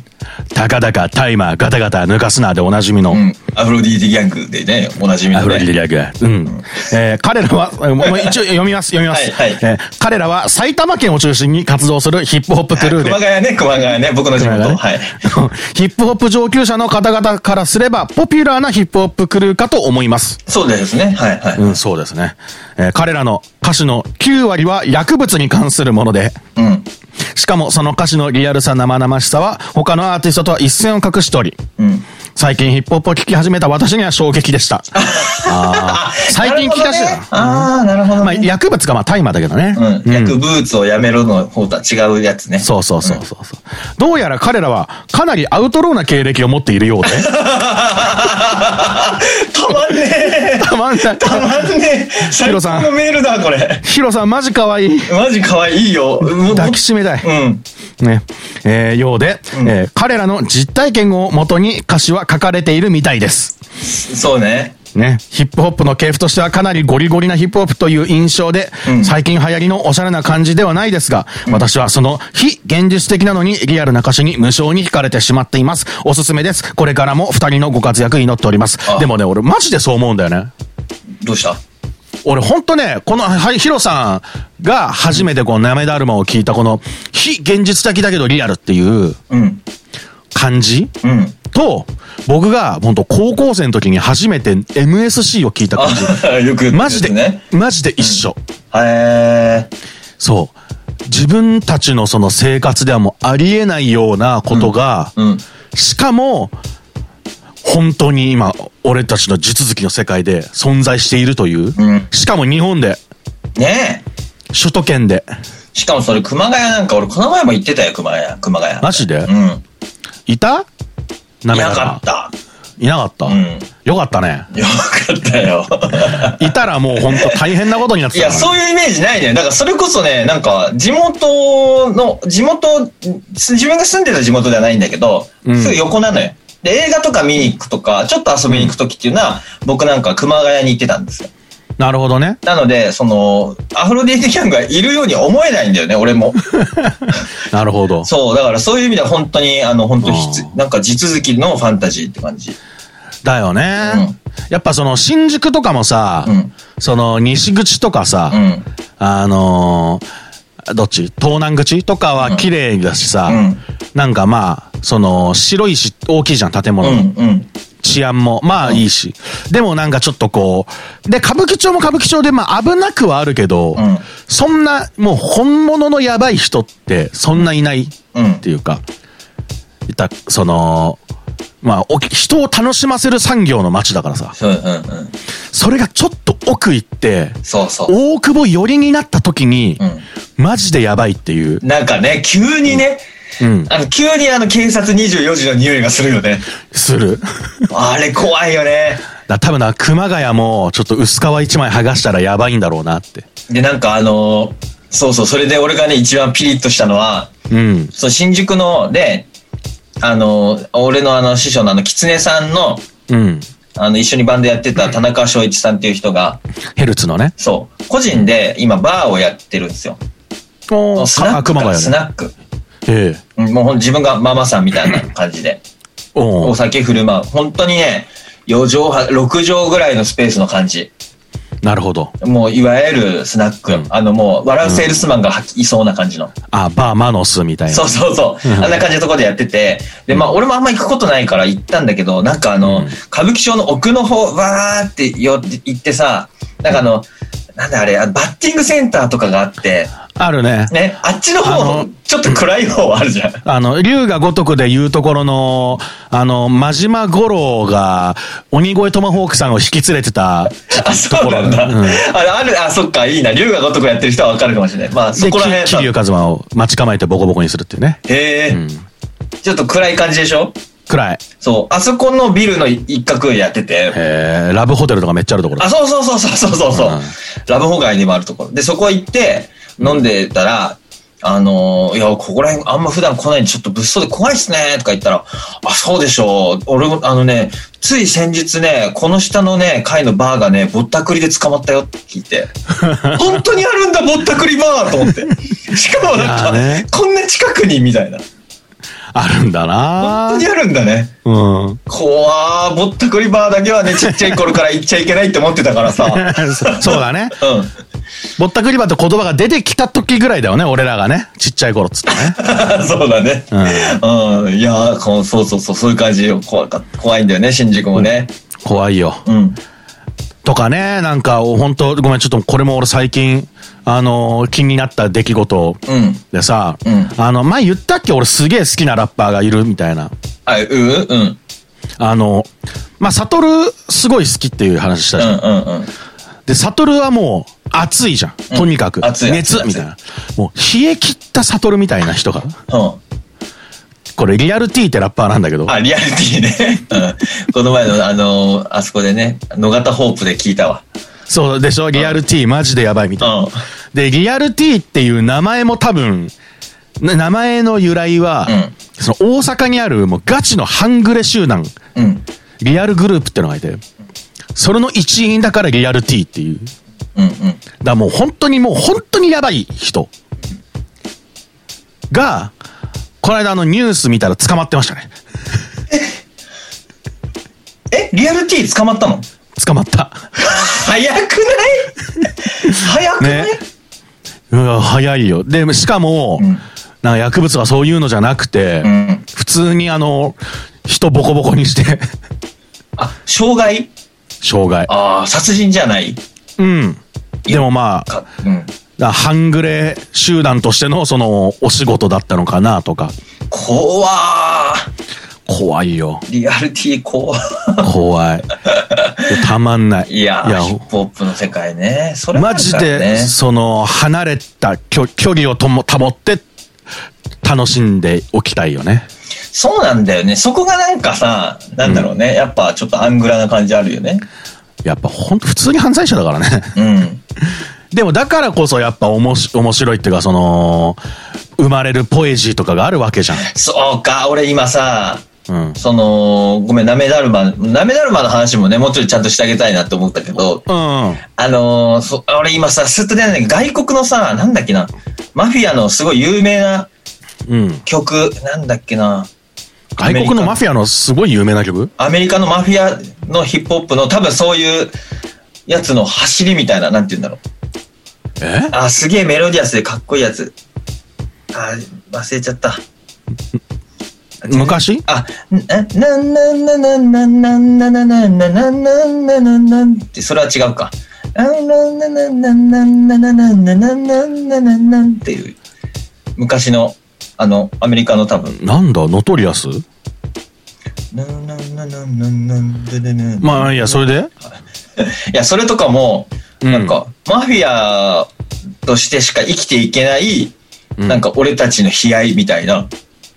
S1: たかだか、タイマー、ガタガタ、抜かすなでおなじみの。
S2: うん。アフロディーティギャングでね、おなじみ
S1: ア
S2: の
S1: フロディ
S2: ね。
S1: リアグ。うん。えー彼らは、えーもう一応読みます、読みます。
S2: はいはい
S1: えー彼らは埼玉県を中心に活動するヒップホップトゥルーで
S2: 熊、谷ね、熊谷ね、僕の地
S1: 熊谷
S2: 元。
S1: ね
S2: はい。
S1: (laughs) ヒップホップ上級者の方々からすれば、ポピュラーなヒップホップクルーかと思います。
S2: そうですね。はい、はい。
S1: うん、そうですね。えー彼らの歌詞の9割は薬物に関するもので、
S2: うん。
S1: しかもその歌詞のリアルさ生々しさは他のアーティストとは一線を画しており、
S2: うん。
S1: 最近ヒップホップを聴き始めた私には衝撃で
S2: (laughs)
S1: した。あー最近聞いたし
S2: な
S1: だ
S2: るほどねああ、なるほど、ね。
S1: まあ、薬物かまあ大麻だけどね。
S2: うん。薬物をやめろの方とは違うやつね。
S1: そうそうそうそうそう。どうやら彼らはかなりアウトローな経歴を持っているよう
S2: (laughs)
S1: で。
S2: たまんねえ。
S1: たまんない。
S2: たまんねえ。
S1: ヒ
S2: 最
S1: ロさん
S2: 高のメールだ、これ。
S1: ヒロさんマジ可愛い。
S2: マジ可愛いいいよ。も
S1: 抱きしめたい。
S2: うん。
S1: ね。えー、ようで、えー彼らの実体験をもとに歌詞は書かれているみたいです。
S2: そうね。
S1: ね。ヒップホップの系譜としてはかなりゴリゴリなヒップホップという印象で、
S2: うん
S1: 最近流行りのおしゃれな感じではないですが、私はその非現実的なのにリアルな歌詞に無性に惹かれてしまっています。おすすめです。これからも二人のご活躍祈っております
S2: あ。
S1: でもね、俺マジでそう思うんだよね。
S2: どうした
S1: 俺ほんとね、この、はい、ヒロさんが初めてこのナメダルマを聞いたこの、非現実的だけどリアルっていう
S2: うん。
S1: 感じ
S2: うん。
S1: と、僕が本当高校生の時に初めて MSC を聞いた感じ。
S2: あ、よく言ってるやつね
S1: マジで、マジで一緒。
S2: へえ。
S1: そう。自分たちのその生活ではもうありえないようなことが、
S2: うん。
S1: しかも、本当に今、俺たちの地続きの世界で存在しているという。
S2: うん
S1: しかも日本で、
S2: ね
S1: 首都圏で。
S2: え。しかもそれ熊谷なんか俺この前も行ってたよ、熊谷。熊谷。
S1: マジで
S2: うん。
S1: いたないめ
S2: な
S1: だ
S2: かっ
S1: ら。
S2: た。
S1: いなかった。
S2: ん
S1: よかったね。
S2: よかった
S1: (laughs)
S2: よ。
S1: いたらもう本当大変なことになっ
S2: い
S1: てた
S2: や、
S1: からね
S2: そういうイメージないね。だからそれこそね、なんか、地元の、地元、す自分が住んでた地元ではないんだけど、
S1: うん
S2: すぐ横なのよ。で、映画とか見に行くとか、ちょっと遊びに行くときっていうのは、僕なんか熊谷に行ってたんですよ。
S1: なるほどね。
S2: なので、その、アフロディーテギャングがいるように思えないんだよね、
S1: (laughs)
S2: 俺も。
S1: なるほど。
S2: そう、だからそういう意味では本当に、あの、本当にひつ
S1: あ、ー
S2: なんか地続きのファンタジーって感じ。
S1: だよね、
S2: うん
S1: やっぱその新宿とかもさ、
S2: うん
S1: その西口とかさ、
S2: うん。
S1: あのーどっち東南口とかは綺麗だしさ、
S2: うん
S1: なんかまあ、その白いし、大きいじゃん、建
S2: う
S1: 物、
S2: ん、うん。
S1: 治安も、まあいいし。でもなんかちょっとこう、で、歌舞伎町も歌舞伎町でまあ危なくはあるけど、
S2: うん
S1: そんな、もう本物のやばい人ってそんないない。
S2: うん
S1: っ。ていうか、いた、その、まあ、おき人を楽しませる産業の街だからさ、
S2: そう、うん、うん。
S1: それがちょっと奥行って、
S2: そうそう。
S1: 大久保寄りになった時に、
S2: うん
S1: マジでやばいっていう。
S2: なんかね、急にね、
S1: うん。
S2: あの、急にあの、警察24時の匂いがするよね。
S1: する。 (laughs)
S2: あれ怖いよね。
S1: だ多分な、熊谷も、ちょっと薄皮一枚剥がしたらやばいんだろうなって。
S2: で、なんかあのーそうそう、それで俺がね、一番ピリッとしたのは、
S1: うん。
S2: そう、新宿の、で、あのー俺のあの、師匠のあの、狐さんの、
S1: うん。
S2: あの、一緒にバンドやってた田中翔一さんっていう人が、
S1: ヘルツのね。
S2: そう、個人で今バーをやってるんですよ。
S1: お
S2: スナック
S1: 熊
S2: か、
S1: 谷
S2: ス
S1: ね。
S2: ナック。
S1: ええ。
S2: うんもうほん自分がママさんみたいな感じで、
S1: お
S2: お
S1: う
S2: 酒振る舞う。本当にね、4畳は、6畳ぐらいのスペースの感じ。
S1: なるほど。
S2: もういわゆるスナック、
S1: うん
S2: あのもう笑うセールスマンがいそうな感じの、
S1: あ、バーマノスみたいな。
S2: そうそうそう、あんな感じのところでやってて、で、まあ俺もあんま行くことないから行ったんだけど、なんかあ
S1: う
S2: の、
S1: ん
S2: 歌舞伎町の奥の方、わーってよ行ってさ、なんかあの、なんだあれ、あのバッティングセンターとかがあって、
S1: あるね。
S2: ね、あっちの方
S1: あ
S2: の
S1: の
S2: ちょっと暗い方あるじゃん。
S1: あの、竜が如くで言うところの、あの、真島五郎が、鬼越トマホークさんを引き連れてた
S2: あ、そうなんだ。
S1: うん
S2: あれ、ある、あ、そっか、いいな。龍が如くやってる人はわかるかもしれない。まあ、そ
S1: で、
S2: こら辺
S1: き
S2: さ
S1: 桐生。一馬を待ち構えてボコボコにするっていうね。
S2: へえ、
S1: うん。
S2: ちょっと暗い感じでしょ
S1: 暗い。
S2: そう。あそこのビルの一角やってて、
S1: えー、ラブホテルとかめっちゃあるところ
S2: あ、。そうそうそうそうそうそうそう、
S1: うん
S2: ラブホ街にもあるところ。で、そこ行って、飲んでたら、あのーいや、ここら辺あんま普段来ないんで、ちょっと物騒で怖いっすね、とか言ったら、あ、そうでしょう。俺も、あのね、つい先日ね、この下のね、階のバーがね、ぼったくりで捕まったよって聞
S1: (laughs)
S2: いて、本当にあるんだ、ぼったくりバーと思って。しかもなんか、
S1: いやーね
S2: こんな近くに、みたいな。
S1: あるんだな
S2: 本当にあるんだね。
S1: うん。
S2: 怖ー、ぼったくりバーだけはね、ちっちゃい頃から行っちゃいけないって思ってたから (laughs) さ。
S1: そ (laughs) そうだね。
S2: うん。
S1: ぼったくりばって言葉が出てきた時ぐらいだよね、俺らがね。ちっちゃい頃っつってね。
S2: (laughs) そうだね。うん。いやーこうそうそうそう、そういう感じよ。怖かった。怖いんだよね、新宿もね。
S1: 怖いよ。
S2: うん。
S1: ととかね、なんか、本当ごめん、ちょっとこれも俺最近、あのー気になった出来事
S2: うん。
S1: でさ、
S2: ん
S1: あの、前言ったっけ俺すげえ好きなラッパーがいるみたいな。
S2: あ、ううんうん。
S1: あの、まあ、サトルすごい好きっていう話した
S2: う
S1: じゃん。
S2: んうんうん。
S1: で、サトルはもう熱いじゃん。とにかく。
S2: 熱い
S1: 熱
S2: 熱い
S1: みたいな。もう冷え切ったサトルみたいな人が。
S2: うん。
S1: これリアルティってラッパーなんだけど。
S2: あ、リアルティね。 (laughs) うん。この前の、あのーあそこでね、野方ホープで聞いたわ。
S1: そうでしょリアルティマジでやばいみたいな。
S2: う
S1: で、リアルティっていう名前も多分、な名前の由来は、
S2: うん
S1: その大阪にあるもうガチの半グレ集団、
S2: ん。うん。
S1: リアルグループってのがいて、それの一員だからリアルティっていう。
S2: うんうん。
S1: だからもう本当にもう本当にやばい人が、この間あのニュース見たら捕まってましたね。
S2: え、リアルティ捕まったの
S1: 捕まった。
S2: 早 (laughs) くない早くない、
S1: ね。うわ、早いよ。で、しかも、
S2: ん
S1: なんか薬物はそういうのじゃなくて、
S2: うん。
S1: 普通にあの、人ボコボコにして、 (laughs)
S2: あ、障害
S1: 障害。
S2: ああ、殺人じゃない
S1: うん。でもまあ、
S2: か。うん。
S1: だ半グレ集団としてのその、お仕事だったのかなとか。
S2: 怖ー。
S1: 怖いよ。
S2: リアルティ怖ー。
S1: 怖い。でたまんない。
S2: いやー
S1: いや
S2: ヒップホップの世界ね。それもあ
S1: マ
S2: る
S1: ジ
S2: から
S1: で、
S2: ね。
S1: その、離れた距距離をとも保って、楽しんでおきたいよね。
S2: そうなんだよね。そこがなんかさ、なんだろうね。やっぱちょっとアングラな感じあるよね。
S1: やっぱほんと普通に犯罪者だからね。
S2: うん。
S1: でもだからこそやっぱおもし面白いっていうかその、生まれるポエジーとかがあるわけじゃん。
S2: そうか、俺今さ、
S1: うん。
S2: その、ごめん、なめだるま、なめだるまの話もね、もうちょいちゃんとしてあげたいなって思ったけど、
S1: うん。
S2: あのーそ俺今さ、スッと出ない外国のさ、なんだっけな、マフィアのすごい有名な
S1: うん。
S2: 曲、なんだっけな、
S1: 外国のマフィアのすごい有名な曲
S2: アメリカのマフィアのヒップホップの多分そういうやつの走りみたいな、なんて言うんだろう。
S1: え
S2: あ、すげえメロディアスでかっこいいやつ。あ、忘れちゃった。
S1: 昔
S2: あ、な、な、な、な、な、な、な、な、な、な、な、な、な、な、な、なんって、それは違うか。あ、な、な、な、な、な、な、な、な、な、な、な、な、な、なんっていう、昔の、あの、アメリカの多分。
S1: なんだノトリアス
S2: な、な、な、な、な、な、な、
S1: まあいいや、それで
S2: いや、それとかも、
S1: うん
S2: なんか、マフィアとしてしか生きていけない、
S1: うん
S2: なんか俺たちの悲哀みたいな、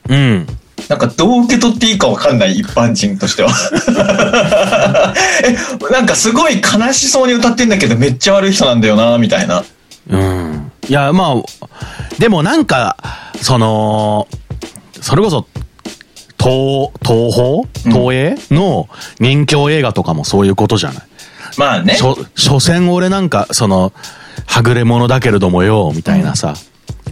S1: うん。
S2: なんかどう受け取っていいかわかんない一般人としては。 (laughs) え、なんかすごい悲しそうに歌ってんだけど、めっちゃ悪い人なんだよな、みたいな。
S1: うん。いや、まあ、でもなんか、その、それこそ、東、東
S2: うん
S1: 宝東映の人気映画とかもそういうことじゃない
S2: まあね。
S1: しょ、所詮俺なんか、その、はぐれ者だけれどもよ、みたいなさ、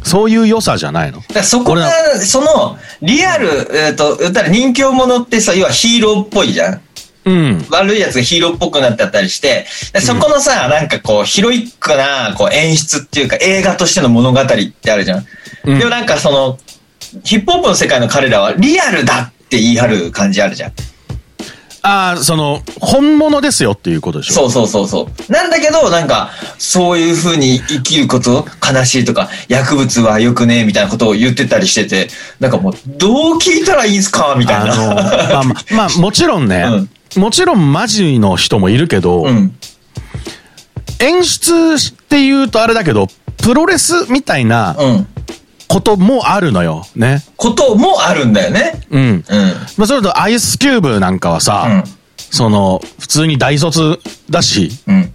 S1: そういう良さじゃないの
S2: だからそこ
S1: 俺
S2: が、その、リアル、えっ、と、言ったら人気者ってさ、要はヒーローっぽいじゃん。
S1: うん。
S2: 悪いやつがヒーローっぽくなってったりして、でそこのさ、なんかこう、ヒロイックなこう演出っていうか、映画としての物語ってあるじゃん。
S1: うん
S2: でもなんかその、ヒップホップの世界の彼らはリアルだって言い張る感じあるじゃん。
S1: ああ、その、本物ですよっていうことでしょ
S2: そうそうそうそう。なんだけど、なんか、そういう風に生きること、悲しいとか、薬物は良くねえみたいなことを言ってたりしてて、なんかもう、どう聞いたらいいんすかみたい
S1: あの、
S2: な。
S1: まあまあ、まあ、もちろんね、もちろんマジの人もいるけど、
S2: (laughs) うん。
S1: 演出って言うとあれだけど、プロレスみたいな
S2: うん。
S1: こともあるのよ。ね。
S2: こともあるんだよね。
S1: うん。
S2: うん。
S1: まあ、それとアイスキューブなんかはさ、その、普通に大卒だし、
S2: うん。うん。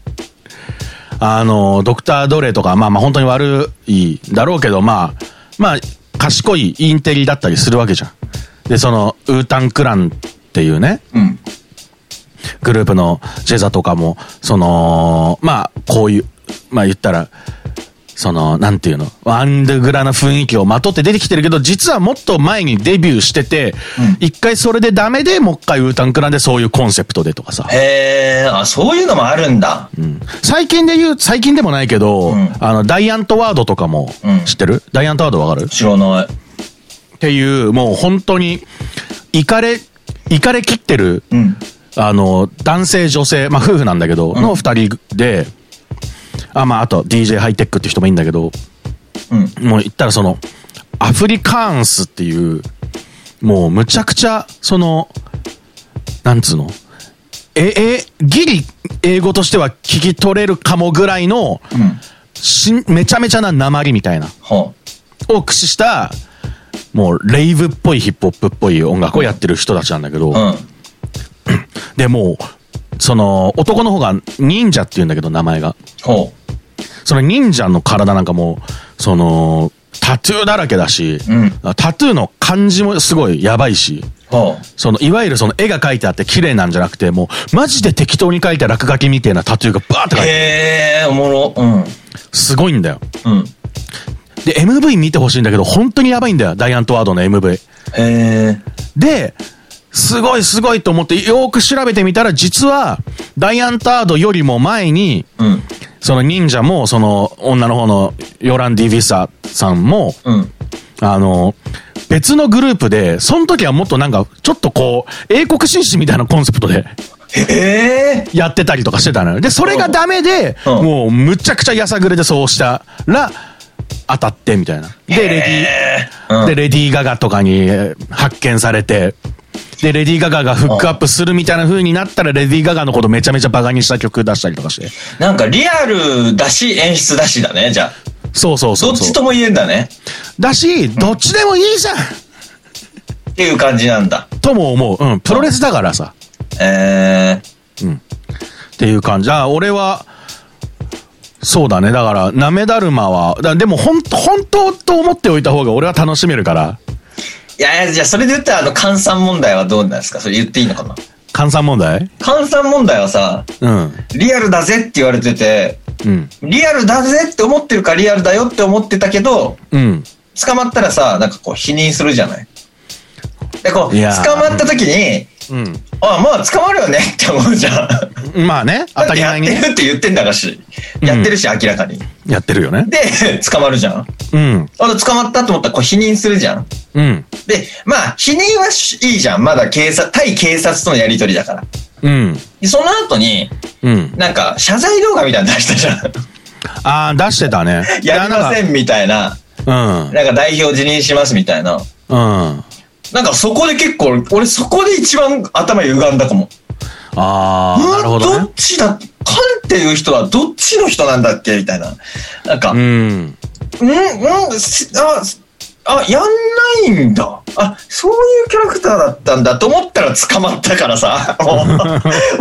S1: あの、ドクター・ドレとか、まあまあ本当に悪いだろうけど、まあ、まあ、賢いインテリだったりするわけじゃん。で、その、ウータン・クランっていうね、
S2: うん。
S1: グループのジェザとかも、その、まあ、こういう、まあ言ったら、その、なんていうの、アンドグラな雰囲気をまとって出てきてるけど、実はもっと前にデビューしてて、一、回それでダメで、もう一回ウータンクランでそういうコンセプトでとかさ。
S2: へえ、あ、そういうのもあるんだ。
S1: うん最近で言う、最近でもないけど、
S2: うん
S1: あの、ダイアントワードとかも
S2: うん、
S1: 知ってる、ダイアントワードわかる
S2: 知らない。
S1: っていう、もう本当に、イカれ、イカれ切ってる
S2: うん。
S1: あの、男性、女性、まあ夫婦なんだけど、の二人で、あ、まああと DJ ハイテックって人もいいんだけど、
S2: うん。
S1: もう言ったらその、アフリカーンスっていう、もうむちゃくちゃ、その、なんつうの、え、え、ギリ英語としては聞き取れるかもぐらいの、
S2: うん。
S1: しんめちゃめちゃな鉛みたいな、
S2: ほう。
S1: を駆使した、もうレイブっぽいヒップホップっぽい音楽をやってる人たちなんだけど、
S2: うん。
S1: で、もう、その、男の方が忍者って言うんだけど、名前が。
S2: ほ
S1: その忍者の体なんかもう、その、タトゥーだらけだし、
S2: うん
S1: タトゥーの感じもすごいやばいし、
S2: う。ほ
S1: その、いわゆるその絵が描いてあって綺麗なんじゃなくて、もう、マジで適当に描いた落書きみたいなタトゥーがバーって
S2: う。
S1: 描いて、
S2: へえ、おもろ。うん。
S1: すごいんだよ。
S2: うん。
S1: で、MV 見てほしいんだけど、本当にやばいんだよ。ダイアントワードの MV。
S2: へえ。
S1: で、すごいすごいと思って、よーく調べてみたら、実は、ダイアンタードよりも前に、
S2: うん。
S1: その忍者も、その女の方のヨラン・ディヴィサさんも、
S2: うん。
S1: あの、別のグループで、その時はもっとなんか、ちょっとこう、英国紳士みたいなコンセプトで
S2: へえ。
S1: やってたりとかしてたのよ。で、それがダメで、
S2: うん
S1: もうむちゃくちゃやさぐれでそうしたら、当たってみたいな。で、レディー、
S2: うん
S1: で、レディーガガとかにえー発見されて、で、レディーガガがフックアップするみたいな風になったら、レディーガガのことめちゃめちゃバカにした曲出したりとかして。
S2: なんかリアルだし、演出だしだね、じゃあ。
S1: そうそうそ
S2: ど
S1: う
S2: っ
S1: そう
S2: ち。とも言えんだね。
S1: だし、どっちでもいいじゃん
S2: っていう感じなんだ。
S1: とも思う。うん、プロレスだからさ。
S2: えー。
S1: っていう感じ。あ、俺は、そうだね。だから、なめだるまは、だでも、ほん、本当と思っておいた方が俺は楽しめるから、
S2: いやいや、じゃあそれで言ったら、あの、換算問題はどうなんですかそれ言っていいのかな
S1: 換算問題
S2: 換算問題はさ、
S1: うん。
S2: リアルだぜって言われてて、
S1: うん。
S2: リアルだぜって思ってるからリアルだよって思ってたけど、
S1: うん。
S2: 捕まったらさ、なんかこう否認するじゃないで、こう、
S1: い
S2: 捕
S1: やー
S2: まった時に、
S1: う
S2: あ、まあ捕まるよねって思うじゃん。
S1: ん。まあね、 (laughs) 当たり前に
S2: だっ
S1: ね
S2: てやってるって言ってんだからし、
S1: ん
S2: やってるし明らかに。
S1: やってるよね。
S2: で、 (laughs) 捕まるじゃん。
S1: うん。
S2: あと捕まったと思ったらこう否認するじゃん。
S1: うん。
S2: で、まあ否認はしいいじゃん。まだ警察、対警察とのやりとりだから。
S1: うん。
S2: でその後に、
S1: うん。
S2: なんか謝罪動画みたいなの出したじゃん。
S1: ああ、出してたね。
S2: (laughs) やりませんみたいな。
S1: いや。
S2: なんか代表辞任しますみたいな。
S1: なんかうん。うん。
S2: なんかそこで結構、俺そこで一番頭歪んだかも。
S1: ああ、なるほど
S2: うわ
S1: ね
S2: っ。ちだ、カンっていう人はどっちの人なんだっけみたいな。なんか、
S1: う
S2: うん、
S1: ん。
S2: うん、しあ、あ、やんないんだ。あ、そういうキャラクターだったんだと思ったら捕まったからさ。 (laughs) もう、も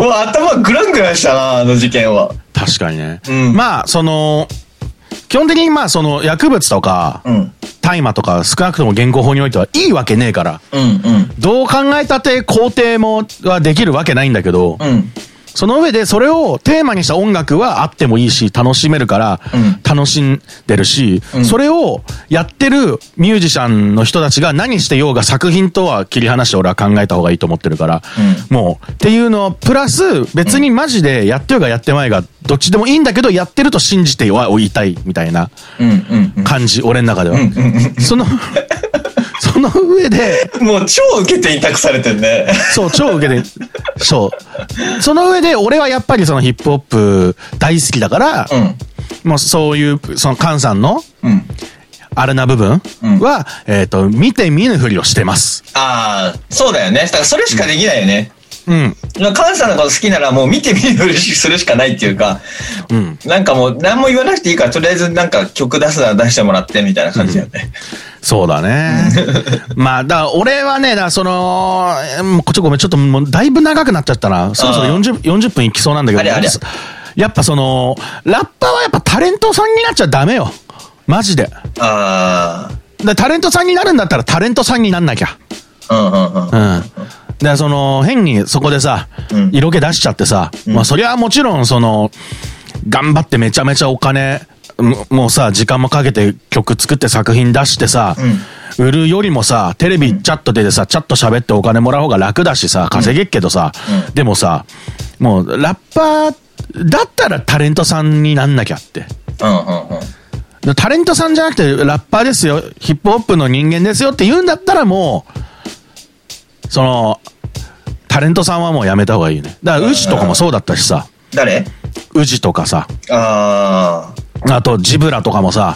S2: う頭グラングランしたな、あの事件は。
S1: 確かにね。
S2: うん
S1: まあ、その、基本的にまあ、その、薬物とか、
S2: うん。
S1: 大麻とか少なくとも現行法においてはいいわけねえから、
S2: うん、うん。
S1: どう考えたって肯定もはできるわけないんだけど、
S2: うん。
S1: その上でそれをテーマにした音楽はあってもいいし、楽しめるから
S2: うん、
S1: 楽しんでるし、
S2: うん
S1: それをやってるミュージシャンの人たちが何してようが作品とは切り離して俺は考えた方がいいと思ってるから、もう、っていうのをプラス別にマジでやってようがやってまいが、どっちでもいいんだけど、やってると信じてはおいたいみたいな。
S2: うん、うん、
S1: 感じ、俺の中では。その、 (laughs) その上で、
S2: うん。もう超受け手に託されてんね。 (laughs)
S1: そう、超受けて、そう。その上で、俺はやっぱりそのヒップホップ大好きだから、
S2: うん。
S1: もうそういう、その菅さんの、
S2: うん。
S1: あれな部分
S2: うん
S1: は、えっ、と、見て見ぬふりをしてます。
S2: ああ、そうだよね。だからそれしかできないよね。
S1: うん。
S2: 関さんのこと好きならもう見て見ぬふりするしかないっていうか、
S1: うん。
S2: なんかもう何も言わなくていいから、とりあえずなんか曲出すなら出してもらってみたいな感じだよね。
S1: そうだ
S2: (laughs)
S1: ね。まあ、だから俺はね、だからその、えーもうちょっとごめん、ちょっともうだいぶ長くなっちゃったな。そろそろ
S2: ああ
S1: 40, 40分いきそうなんだけど、
S2: あれあれ
S1: やっぱその、ラッパーはやっぱタレントさんになっちゃダメよ。マジで。
S2: あ
S1: でタレントさんになるんだったらタレントさんになんなきゃ。うん。
S2: あ、
S1: だからその、変にそこでさ、
S2: うん
S1: 色気出しちゃってさ、まあそりゃもちろんその、頑張ってめちゃめちゃお金、ももうさ、時間もかけて曲作って作品出してさ、売るよりもさ、テレビチャットでさ、チャット喋ってお金もらう方が楽だしさ、稼げっけどさ、
S2: うん
S1: でもさ、もうラッパーだったらタレントさんになんなきゃって。
S2: うんうんうんうんうん。
S1: タレントさんじゃなくてラッパーですよ、ヒップホップの人間ですよって言うんだったらもう、その、タレントさんはもうやめた方がいいね。だから、宇治とかもそうだったしさ、
S2: 誰
S1: 宇治とかさ、
S2: あ
S1: あと、ジブラとかもさ、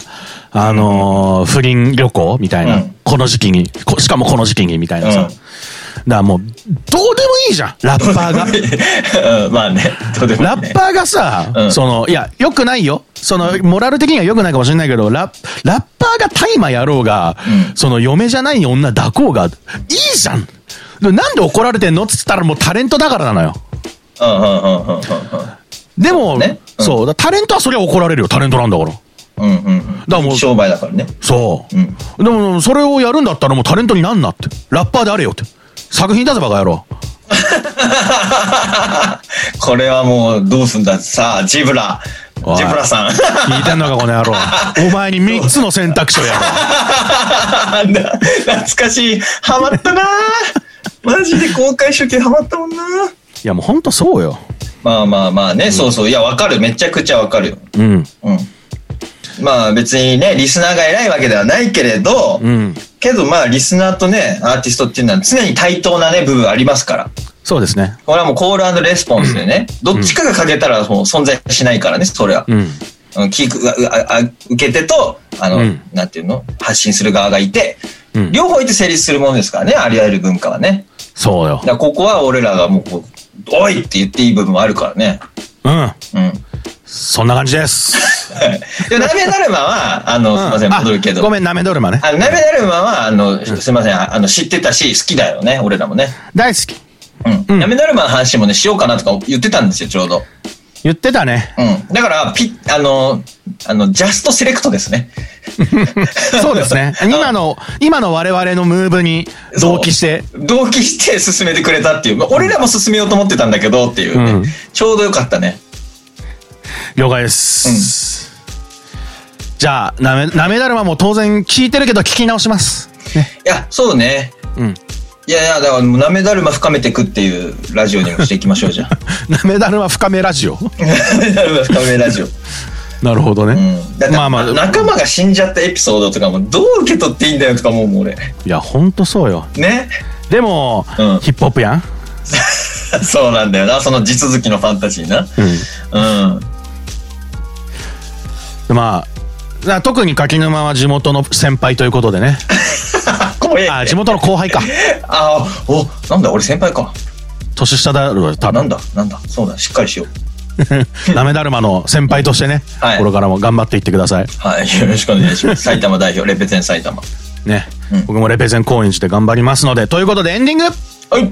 S1: あのー不倫旅行みたいな、
S2: うん
S1: この時期に、こしかもこの時期にみたいなさ。
S2: うん
S1: だからもう、どうでもいいじゃん、ラッパー
S2: (laughs)
S1: が。
S2: あ。 (laughs) うんまあね、どうでもいい
S1: ラ
S2: ね
S1: ッパーがさ、
S2: うん
S1: その、いや、良くないよ。その、モラル的には良くないかもしれないけど、ラッ、ラッパーが大麻やろうが、
S2: うん
S1: その、嫁じゃない女抱こうが、いいじゃんでなんで怒られてんのっつったらもうタレントだからなのよ。
S2: うんうんうんうんう
S1: でも、
S2: ねうん
S1: そう、だタレントはそりゃ怒られるよ。タレントなんだから。
S2: んうん。うんうん
S1: らも
S2: うん。
S1: う
S2: 商売だからね。 (laughs)
S1: そう。
S2: うん
S1: でも、それをやるんだったらもうタレントになんなって。ラッパーであれよって。作品出せばかやろう。
S2: これはもうどうすんださあ、ジブラ。
S1: おい
S2: ジブラさん。
S1: 聞いてんのか、この野
S2: (laughs)
S1: 郎。お前に3つの選択肢をやろう。
S2: な懐かしい。ハマったなマジで公開初期ハマったもんない
S1: や、もうほんとそうよ。
S2: まあまあまあね、そうそう。いや、わかる。めちゃくちゃわかるよ。
S1: うん。
S2: うん。まあ別にね、リスナーが偉いわけではないけれど、
S1: うん。
S2: けどまあリスナーとね、アーティストっていうのは常に対等なね、部分ありますから。
S1: そうですね。
S2: これはもうコールレスポンスでね、どっちかが欠けたらもう存在しないからね、それは。
S1: うん。
S2: うん、聞く、あああ受け手と、あの、
S1: うん
S2: なんていうの発信する側がいて、
S1: うん
S2: 両方いて成立するものですからね、あり得る文化はね。
S1: そうよ
S2: だ。からここは俺らがもうこう、おいって言っていい部分もあるからね。
S1: うん。
S2: うん。 (laughs)
S1: そんな感じです。
S2: で、ナメダルマは、あの、すいません、戻るけど。
S1: あごめん、ナメドルマね。
S2: あの、ナメダルマは、あの、すいません、ああの、知ってたし、好きだよね、俺らもね。
S1: 大好き。
S2: う
S1: うん
S2: ん。ナメダルマの話もね、しようかなとか言ってたんですよ、ちょうど。
S1: 言ってた
S2: (laughs)
S1: ね。
S2: うん。だから、ピッ、あの、あの、ジャストセレクトですね。
S1: そうですね。今の、今の我々のムーブに同期して。
S2: 同期して進めてくれたっていう。まあ俺らも進めようと思ってたんだけどっていうね。
S1: うん
S2: ちょうどよかったね。
S1: 了解です。じゃあ、なめ、なめだるまも当然聞いてるけど聞き直します。ね。 (laughs)
S2: いや、そうね。
S1: うん。
S2: いやいや、だから、なめだるま深めてくっていうラジオにもしていきましょうじゃ
S1: (laughs)
S2: ん。
S1: なめだるま深めラジオ
S2: なめだるま深めラジオ。
S1: なるほど
S2: う
S1: ね。
S2: ん。だって、
S1: まあまあ
S2: 仲間が死んじゃったエピソードとかも、どう受け取っていいんだよとか思うもん、俺。
S1: いや、ほんとそうよ。
S2: ね。 (laughs)
S1: でも、
S2: うん
S1: ヒップホップやん。
S2: そうなんだよな、その地続きのファンタジーな。うん。
S1: でまあ、だから特に柿沼は地元の先輩ということでね。
S2: 怖えって。
S1: あ、地元の後輩か。
S2: (laughs) ああ、お、なんだ、俺先輩か。
S1: 年下だろうよ、多
S2: な
S1: 分。
S2: んだ、なんだ、そうだ、しっかりしよう。
S1: なめだるまの先輩としてね、
S2: はい
S1: これからも頑張っていってください。
S2: はい、よろしくお願いします。埼玉代表、レペゼン埼玉。
S1: ね。
S2: うん
S1: 僕もレペゼン高円寺で頑張りますので、ということでエンディング
S2: はい。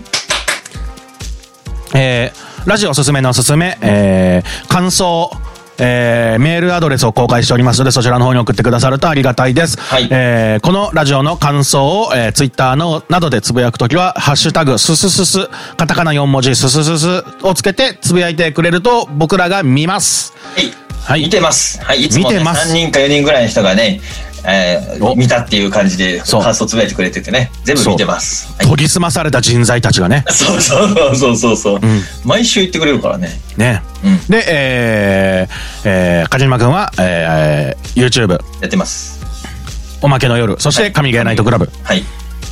S1: えー、ラジオおすすめのおすすめ、えー、感想、えー、メールアドレスを公開しておりますので、そちらの方に送ってくださるとありがたいです。
S2: はい
S1: えー、このラジオの感想を、えー、ツイッターの、などでつぶやくときは、ハッシュタグ、すすすす、カタカナ4文字、すすすすをつけて、つぶやいてくれると、僕らが見ます。
S2: はい。
S1: はい
S2: 見てます。はい、いつも、
S1: 見
S2: ね、
S1: てます
S2: 3人か4人ぐらいの人がね、えー
S1: お
S2: 見たっていう感じで、
S1: そう
S2: 感想つぶやいてくれててね、全部見てます。はい
S1: 研ぎ澄まされた人材たちがね、
S2: (laughs) そうそうそうそうそう。毎週言ってくれるからね。
S1: ね。
S2: うん
S1: で、えー、えー、かじまくんは、えー、えー YouTube、
S2: やってます。
S1: おまけの夜、そして、神ゲーナイトクラブ。
S2: はい。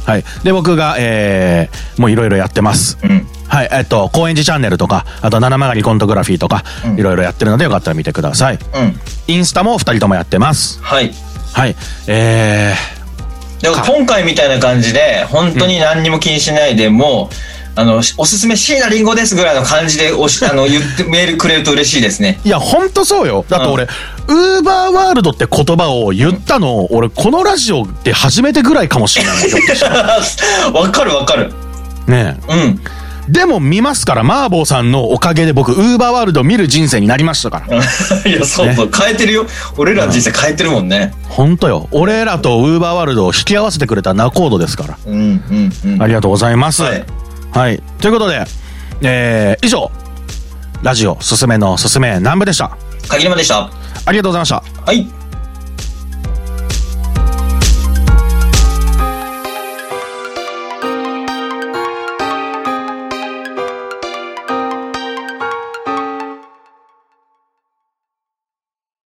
S1: はい。で、僕が、えー、もういろいろやってます。
S2: うん。
S1: はい。えっと、高円寺チャンネルとか、あと、七曲りコントグラフィーとか
S2: う、ん
S1: いろいろやってるので、よかったら見てください。
S2: うん。
S1: インスタも二人ともやってます。
S2: はい。
S1: はい。え
S2: だから
S1: か
S2: 今回みたいな感じで、本当に何にも気にしないで、もう、あの、おすすめ椎名林檎ですぐらいの感じでおし、あの、言って、メールくれると嬉しいで
S1: (laughs)
S2: すね。
S1: ー、いや、ほんとそうよ。だって俺、ウーバーワールドって言葉を言ったの、俺、このラジオで初めてぐらいかもし
S2: (laughs)
S1: れないもん。
S2: わかるわかる。
S1: ね
S2: うん。
S1: えでも見ますから、マーボーさんのおかげで僕、ウーバーワールド見る人生になりましたから。
S2: (laughs) いや、そうそう、変えてるよ。俺らの人生変えてるもんね。
S1: ほんとよ。俺らとウーバーワールドを引き合わせてくれたナコードですから。
S2: うん、うん、うん。
S1: ありがとうございます。は
S2: はいい。
S1: ということで、えー、以上、ラジオすすめのすすめ南部でした。
S2: 鍵山でした。
S1: ありがとうございました。
S2: はい。